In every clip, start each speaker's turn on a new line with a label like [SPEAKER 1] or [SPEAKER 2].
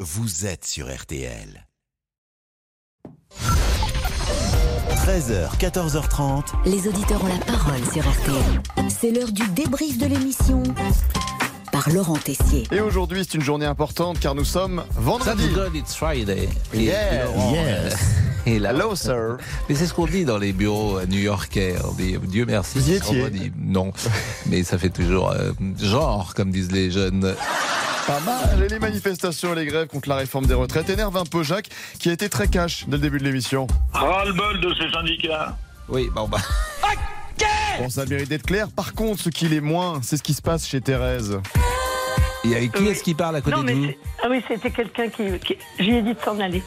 [SPEAKER 1] vous êtes sur RTL. 13h, 14h30.
[SPEAKER 2] Les auditeurs ont la parole sur RTL. C'est l'heure du débrief de l'émission par Laurent Tessier.
[SPEAKER 3] Et aujourd'hui, c'est une journée importante car nous sommes vendredi.
[SPEAKER 4] Good, it's Friday. Et
[SPEAKER 3] Yes.
[SPEAKER 4] Laurent,
[SPEAKER 1] Yes.
[SPEAKER 4] euh, Et là,
[SPEAKER 3] Hello, sir.
[SPEAKER 4] mais c'est ce qu'on dit dans les bureaux euh, new-yorkais. On dit Dieu merci.
[SPEAKER 3] Vous y
[SPEAKER 4] c'est
[SPEAKER 3] étiez
[SPEAKER 4] vendredi. Non, mais ça fait toujours euh, genre, comme disent les jeunes.
[SPEAKER 3] Pas mal. Et les manifestations et les grèves contre la réforme des retraites énervent un peu Jacques, qui a été très cash dès le début de l'émission.
[SPEAKER 5] Ras-le-bol de ce syndicat.
[SPEAKER 4] Oui, bon bah.
[SPEAKER 3] Bon, ça a le mérite d'être clair. Par contre, ce qu'il est moins, c'est ce qui se passe chez Thérèse.
[SPEAKER 4] Il y a- qui
[SPEAKER 6] Oui.
[SPEAKER 4] est-ce qui parle à côté
[SPEAKER 6] Non, mais
[SPEAKER 4] de vous
[SPEAKER 6] c'est- ah oui, c'était quelqu'un qui, qui- J'y ai dit de s'en aller.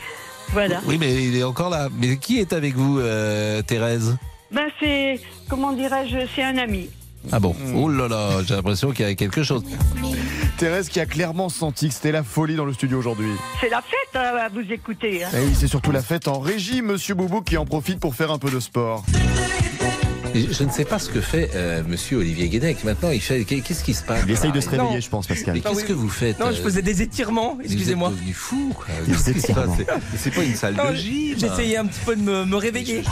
[SPEAKER 6] Voilà.
[SPEAKER 4] Oui, mais il est encore là. Mais qui est avec vous, euh, Thérèse
[SPEAKER 6] Ben, c'est. Comment dirais-je C'est un ami.
[SPEAKER 4] Ah bon
[SPEAKER 7] Hmm.
[SPEAKER 4] Oh là là, j'ai l'impression qu'il y a quelque chose.
[SPEAKER 3] Thérèse qui a clairement senti que c'était la folie dans le studio aujourd'hui.
[SPEAKER 6] C'est la fête hein, à vous écouter. hein.
[SPEAKER 3] Et Eh oui, c'est surtout la fête en régie, Monsieur Boubou qui en profite pour faire un peu de sport.
[SPEAKER 4] Je je ne sais pas ce que fait euh, Monsieur Olivier Guédec. Maintenant, il fait. Qu'est-ce qui se passe
[SPEAKER 3] Il essaye de se
[SPEAKER 4] Ah,
[SPEAKER 3] réveiller,
[SPEAKER 7] non.
[SPEAKER 3] je pense,
[SPEAKER 4] Mais
[SPEAKER 3] Pascal.
[SPEAKER 7] Ah
[SPEAKER 4] qu'est-ce
[SPEAKER 7] oui.
[SPEAKER 4] que vous faites
[SPEAKER 7] Non, je
[SPEAKER 4] euh,
[SPEAKER 7] faisais des étirements, excusez-moi.
[SPEAKER 4] Vous êtes devenu fou, quoi. Qu'est-ce qui se passe C'est- C'est pas une salle
[SPEAKER 7] Non,
[SPEAKER 4] de gym. hein.
[SPEAKER 7] J'essayais un petit peu de me, me réveiller.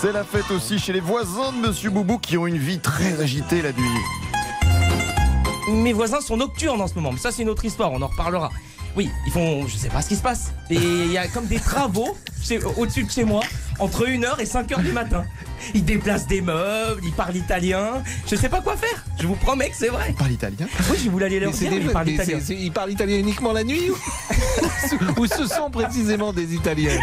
[SPEAKER 3] C'est la fête aussi chez les voisins de Monsieur Boubou qui ont une vie très agitée la nuit.
[SPEAKER 7] Mes voisins sont nocturnes en ce moment, mais ça c'est une autre histoire, on en reparlera. Oui, ils font, je sais pas ce qui se passe. Et il y a comme des travaux chez- au-dessus de chez moi, entre 1h et 5h du matin. Ils déplacent des meubles, ils parlent italien, je sais pas quoi faire. Je vous promets que c'est vrai.
[SPEAKER 3] Par l'italien
[SPEAKER 7] Oui, je voulais aller leur
[SPEAKER 4] Mais c'est
[SPEAKER 7] dire,
[SPEAKER 4] des-
[SPEAKER 7] mais ils parlent
[SPEAKER 4] mais
[SPEAKER 7] italien.
[SPEAKER 4] c'est- c'est- ils parlent italien uniquement la nuit ou, ou ce sont précisément des Italiens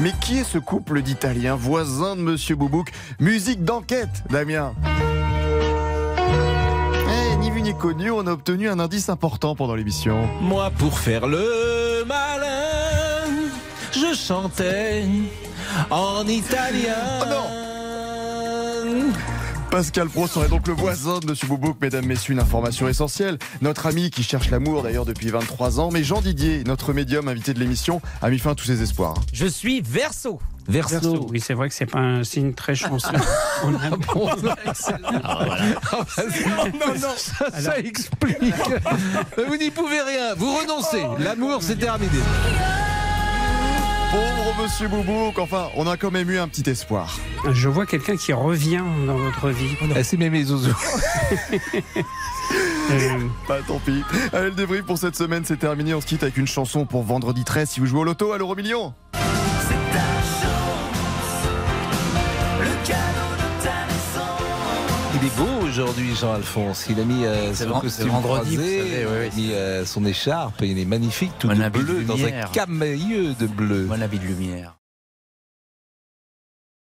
[SPEAKER 3] Mais qui est ce couple d'Italiens voisins de Monsieur Boubouk Musique d'enquête, Damien Eh, Ni vu ni connu, on a obtenu un indice important pendant l'émission.
[SPEAKER 4] Moi, pour faire le malin, je chantais en italien.
[SPEAKER 3] Oh Pascal Pro serait donc le voisin de Monsieur Boubouk, mesdames, messieurs, une information essentielle. Notre ami qui cherche l'amour d'ailleurs depuis 23 ans, mais Jean Didier, notre médium invité de l'émission, a mis fin à tous ses espoirs.
[SPEAKER 7] Je suis verso.
[SPEAKER 4] Verso.
[SPEAKER 8] Verseau, Oui, c'est vrai que c'est pas un signe très chanceux. On a-
[SPEAKER 4] Ah, bah,
[SPEAKER 7] Non, non.
[SPEAKER 4] ça, ça explique. Mais vous n'y pouvez rien. Vous renoncez. L'amour, c'est terminé.
[SPEAKER 3] Pauvre Monsieur Boubouk, enfin, on a quand même eu un petit espoir.
[SPEAKER 8] Je vois quelqu'un qui revient dans votre vie.
[SPEAKER 4] Ah, c'est mes mes zouzous.
[SPEAKER 8] Euh,
[SPEAKER 3] Bah tant pis. Allez, le débrief pour cette semaine, c'est terminé. On se quitte avec une chanson pour vendredi 13 si vous jouez au loto à l'euro million.
[SPEAKER 4] Il est beau aujourd'hui, Jean-Alphonse. Il a mis euh, son
[SPEAKER 9] ven-
[SPEAKER 4] costume
[SPEAKER 9] c'est vendredi,
[SPEAKER 4] croisé,
[SPEAKER 9] vous savez, oui, oui.
[SPEAKER 4] il a mis euh, son écharpe, il est magnifique, tout
[SPEAKER 9] Mon
[SPEAKER 4] de
[SPEAKER 9] habit de
[SPEAKER 4] bleu, dans un
[SPEAKER 9] lumière.
[SPEAKER 4] camailleux de bleu.
[SPEAKER 9] Mon habit de lumière.